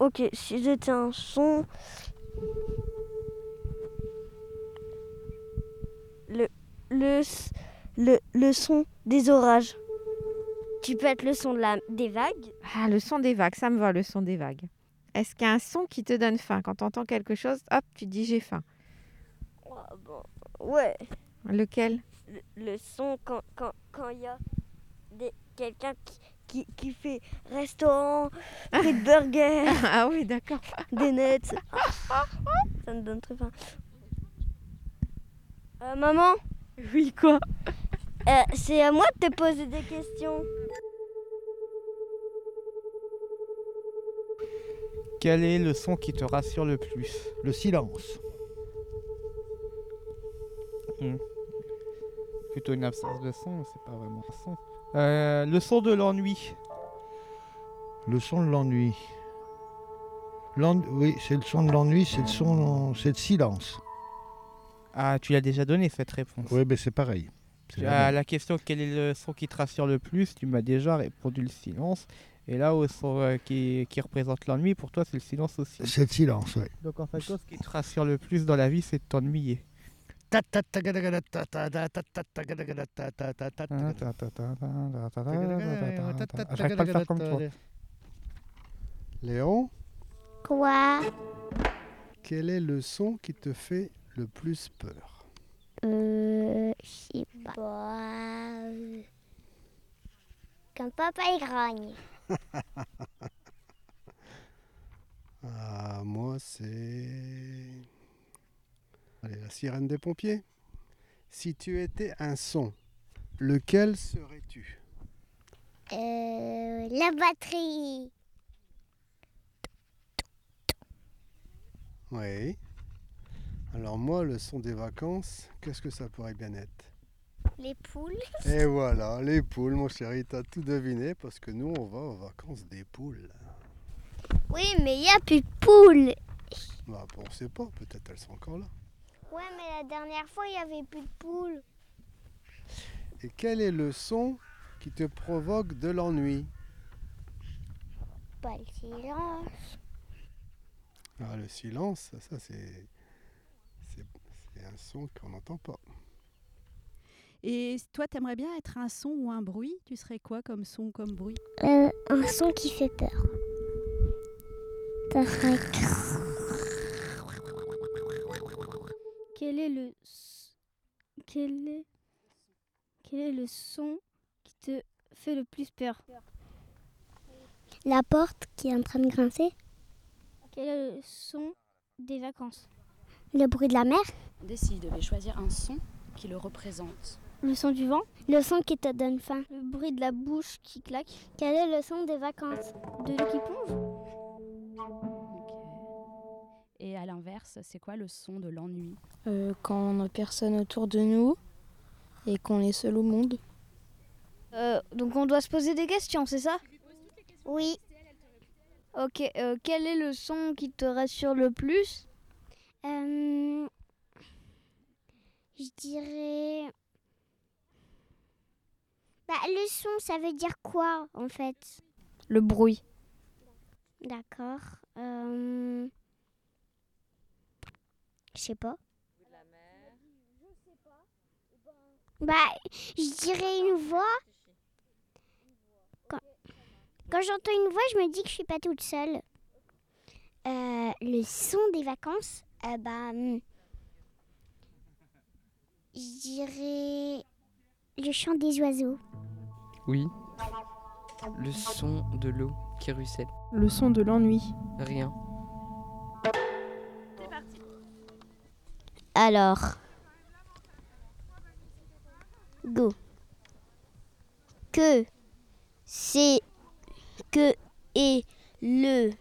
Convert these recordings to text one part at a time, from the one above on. Ok, si j'étais un son. Le, le, s- le, le son des orages. Tu peux être le son de la, des vagues. Ah, le son des vagues, ça me va, le son des vagues. Est-ce qu'il y a un son qui te donne faim Quand tu entends quelque chose, hop, tu dis j'ai faim. Ah ben, ouais. Lequel Le, le son quand il quand, quand il y a des- quelqu'un qui, qui, qui fait restaurant, fait de burger, Ah oui, d'accord. des nets. Ça me donne très faim. Euh, maman, Oui, quoi euh, c'est à moi de te poser des questions. Quel est le son qui te rassure le plus Le silence. Plutôt une absence de son, mais c'est pas vraiment un son. Euh, le son de l'ennui. Le son de l'ennui. L'en- Oui, c'est le son de l'ennui, c'est le son, c'est le silence. Ah, tu l'as déjà donné cette réponse. Oui, mais c'est pareil. C'est Tu la as même. la question quel est le son qui te rassure le plus Tu m'as déjà répondu le silence. Et là, au son euh, qui, qui représente l'ennui, pour toi, c'est le silence aussi. C'est le silence, oui. Donc en fait, ce qui te rassure le plus dans la vie, c'est de t'ennuyer. Ah, ta, ta, ta, ta, ta, ta, ta, ta, ta, ta, ta. J'arrive pas à le faire comme toi. Léon, Quoi quel est le son qui te fait le plus peur Euh, je sais pas. euh, Quand papa il grogne. Ah, moi, c'est. Allez, la sirène des pompiers. Si tu étais un son, lequel serais-tu Euh, la batterie. Oui. Alors, moi, le son des vacances, qu'est-ce que ça pourrait bien être Les poules. Et voilà, les poules, mon chéri, t'as tout deviné parce que nous, on va aux vacances des poules. Oui, mais il n'y a plus de poules. Bah, on sait pas, peut-être elles sont encore là. Ouais, mais la dernière fois, il n'y avait plus de poules. Et quel est le son qui te provoque de l'ennui Pas le silence. Ah, le silence, ça, ça, c'est. C'est c'est un son qu'on n'entend pas. Et toi, t'aimerais bien être un son ou un bruit Tu serais quoi comme son, comme bruit Euh, un son qui fait peur. Ça serait crrr. Quel est le s- quel est quel est le son qui te fait le plus peur La porte qui est en train de grincer. Quel est le son des vacances Le bruit de la mer. Et s'il devait choisir un son qui le représente Le son du vent Le son qui te donne faim. Le bruit de la bouche qui claque Quel est le son des vacances De l'eau qui plonge Et à l'inverse, c'est quoi le son de l'ennui quand on n'a personne autour de nous et qu'on est seul au monde. Euh, Donc on doit se poser des questions, c'est ça Oui, Ok, euh, quel est le son qui te rassure le plus Euh, je dirais. Bah, le son, ça veut dire quoi en fait Le bruit. D'accord. Euh, Je sais pas. Bah, je dirais une voix. Quand, quand j'entends une voix, je me dis que je suis pas toute seule. Euh, le son des vacances, euh, bah, hum, je dirais le chant des oiseaux. Oui. Le son de l'eau qui ruisselle. Le son de l'ennui. Rien. Alors. Go. que c'est que est le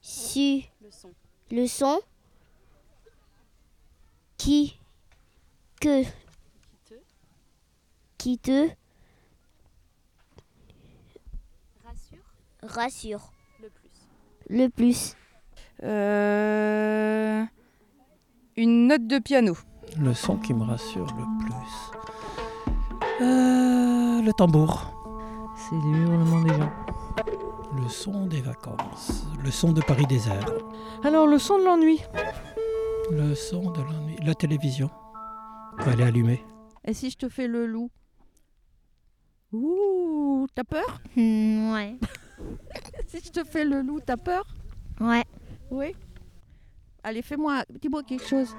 su Le son. le son qui que qui te Rassure rassure le plus. le plus Une note de piano. Le son qui me rassure le plus. Euh, le tambour. C'est les hurlements des gens. Le son des vacances. Le son de Paris désert. Alors, le son de l'ennui. Le son de l'ennui. La télévision. Elle est allumée. Et si je te fais le loup Ouh, t'as peur ouais. si je te fais le loup, t'as peur Ouais. Oui. Allez, fais-moi, dis-moi quelque chose.